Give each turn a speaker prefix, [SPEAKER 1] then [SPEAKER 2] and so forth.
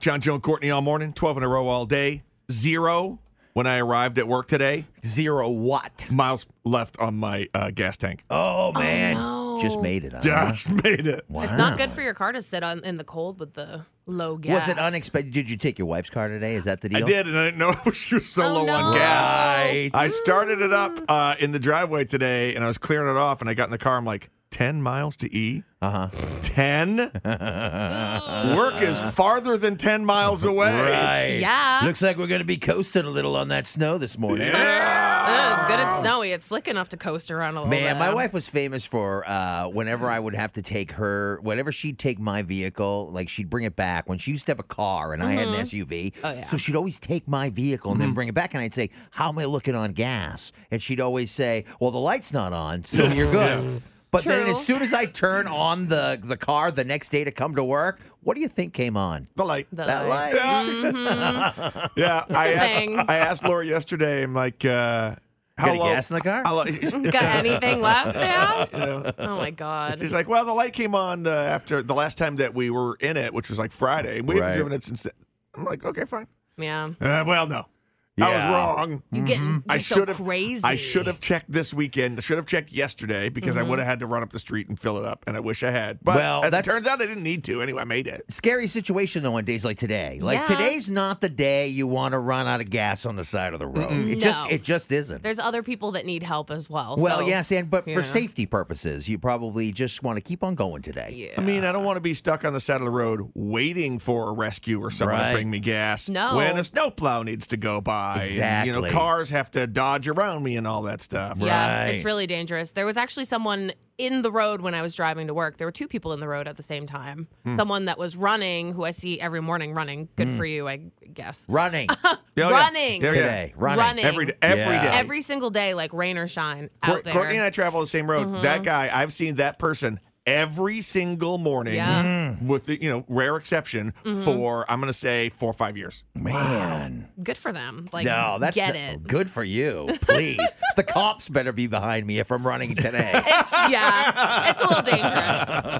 [SPEAKER 1] John, Joe, and Courtney all morning, 12 in a row all day. Zero when I arrived at work today.
[SPEAKER 2] Zero what?
[SPEAKER 1] Miles left on my uh, gas tank.
[SPEAKER 2] Oh man,
[SPEAKER 3] no.
[SPEAKER 2] just made it. Huh?
[SPEAKER 1] Just made it.
[SPEAKER 2] Wow.
[SPEAKER 3] It's not good for your car to sit on in the cold with the low gas.
[SPEAKER 2] Was it unexpected? Did you take your wife's car today? Is that the
[SPEAKER 1] I
[SPEAKER 2] deal?
[SPEAKER 1] did, and I didn't know she was so
[SPEAKER 3] Oh,
[SPEAKER 1] low on
[SPEAKER 3] no.
[SPEAKER 1] gas.
[SPEAKER 2] Right.
[SPEAKER 1] I started it up uh, in the driveway today, and I was clearing it off, and I got in the car. I'm like, 10 miles to E?
[SPEAKER 2] Uh-huh.
[SPEAKER 1] 10? work is farther than 10 miles away.
[SPEAKER 2] Right.
[SPEAKER 3] Yeah.
[SPEAKER 2] Looks like we're going to be coasting a little on that snow this morning.
[SPEAKER 1] Yeah.
[SPEAKER 3] Uh, it's good. It's snowy. It's slick enough to coast around a little
[SPEAKER 2] Man,
[SPEAKER 3] bit.
[SPEAKER 2] my wife was famous for uh, whenever I would have to take her, whenever she'd take my vehicle, like she'd bring it back. When she used to have a car and I had an SUV,
[SPEAKER 3] Oh, yeah. Mm-hmm.
[SPEAKER 2] so she'd always take my vehicle and then bring it back. And I'd say, How am I looking on gas? And she'd always say, Well, the light's not on, so you're good. But then
[SPEAKER 3] True.
[SPEAKER 2] as soon as I turn on the, the car the next day to come to work, what do you think came on?
[SPEAKER 1] The light.
[SPEAKER 3] The
[SPEAKER 2] That
[SPEAKER 3] light.
[SPEAKER 2] light.
[SPEAKER 1] Yeah, I
[SPEAKER 3] Mm-hmm. a
[SPEAKER 1] asked,
[SPEAKER 3] thing.
[SPEAKER 1] I asked Laura yesterday. I'm like, uh, how
[SPEAKER 2] any
[SPEAKER 1] low?
[SPEAKER 2] gas in the car?
[SPEAKER 1] how low-
[SPEAKER 3] Got anything left now? Oh my god.
[SPEAKER 1] She's like, well, the light came on uh, after the last time that we were in it, which was like Friday. We
[SPEAKER 2] Right.
[SPEAKER 1] haven't driven it since. then. I'm like, okay, fine.
[SPEAKER 3] yeah.
[SPEAKER 2] mm-hmm.
[SPEAKER 1] Uh, well, no, I was
[SPEAKER 2] Yeah.
[SPEAKER 1] wrong.
[SPEAKER 3] You getting you're
[SPEAKER 1] I
[SPEAKER 3] so
[SPEAKER 1] should have.
[SPEAKER 3] crazy.
[SPEAKER 1] I should have checked this weekend. I should have checked yesterday because
[SPEAKER 3] Mm-hmm.
[SPEAKER 1] I would have had to run up the street and fill it up, and I wish I had. But
[SPEAKER 2] Well,
[SPEAKER 1] as it
[SPEAKER 2] that's-
[SPEAKER 1] turns out, I didn't need to. Anyway, I made it.
[SPEAKER 2] scary situation though on days like today. Like
[SPEAKER 3] Yeah.
[SPEAKER 2] today's not the day you want to run out of gas on the side of the road. It just
[SPEAKER 3] No.
[SPEAKER 2] it just isn't.
[SPEAKER 3] There's other people that need help as well.
[SPEAKER 2] well,
[SPEAKER 3] so-
[SPEAKER 2] yes, and but
[SPEAKER 3] yeah.
[SPEAKER 2] for safety purposes, you probably just want to keep on going today.
[SPEAKER 1] I
[SPEAKER 3] Yeah.
[SPEAKER 1] mean, I don't want to be stuck on the side of the road waiting for a rescue or someone to
[SPEAKER 2] Right.
[SPEAKER 1] bring me gas.
[SPEAKER 3] No.
[SPEAKER 1] When a snowplow needs to go by. and, you know,
[SPEAKER 2] Exactly.
[SPEAKER 1] cars have to dodge around me and all that stuff.
[SPEAKER 3] Yeah, it's
[SPEAKER 2] Right.
[SPEAKER 3] really dangerous. There was actually someone in the road when I was driving to work. There were two people in the road at the same time.
[SPEAKER 2] Hmm.
[SPEAKER 3] Someone that was running, who I see every morning running. Good for you, I guess.
[SPEAKER 2] Running oh,
[SPEAKER 1] Yeah, yeah.
[SPEAKER 3] running
[SPEAKER 1] Yeah, yeah.
[SPEAKER 2] today. Running.
[SPEAKER 3] Running.
[SPEAKER 1] Every day. Every
[SPEAKER 2] Yeah.
[SPEAKER 1] day.
[SPEAKER 3] every single day, like rain or shine,
[SPEAKER 1] Cour-
[SPEAKER 3] out there. Mm-hmm.
[SPEAKER 1] Courtney and I travel the same road. That guy, I've seen that person every single morning,
[SPEAKER 3] Yeah.
[SPEAKER 2] Mm-hmm.
[SPEAKER 3] Mm-hmm.
[SPEAKER 1] with the you know rare exception, for I'm going to say four or five years.
[SPEAKER 2] Man.
[SPEAKER 3] Good for them. Like,
[SPEAKER 2] no, that's
[SPEAKER 3] get
[SPEAKER 2] not-
[SPEAKER 3] it.
[SPEAKER 2] good for you. Please. the cops better be behind me if I'm running today.
[SPEAKER 3] It's, yeah, it's a little dangerous.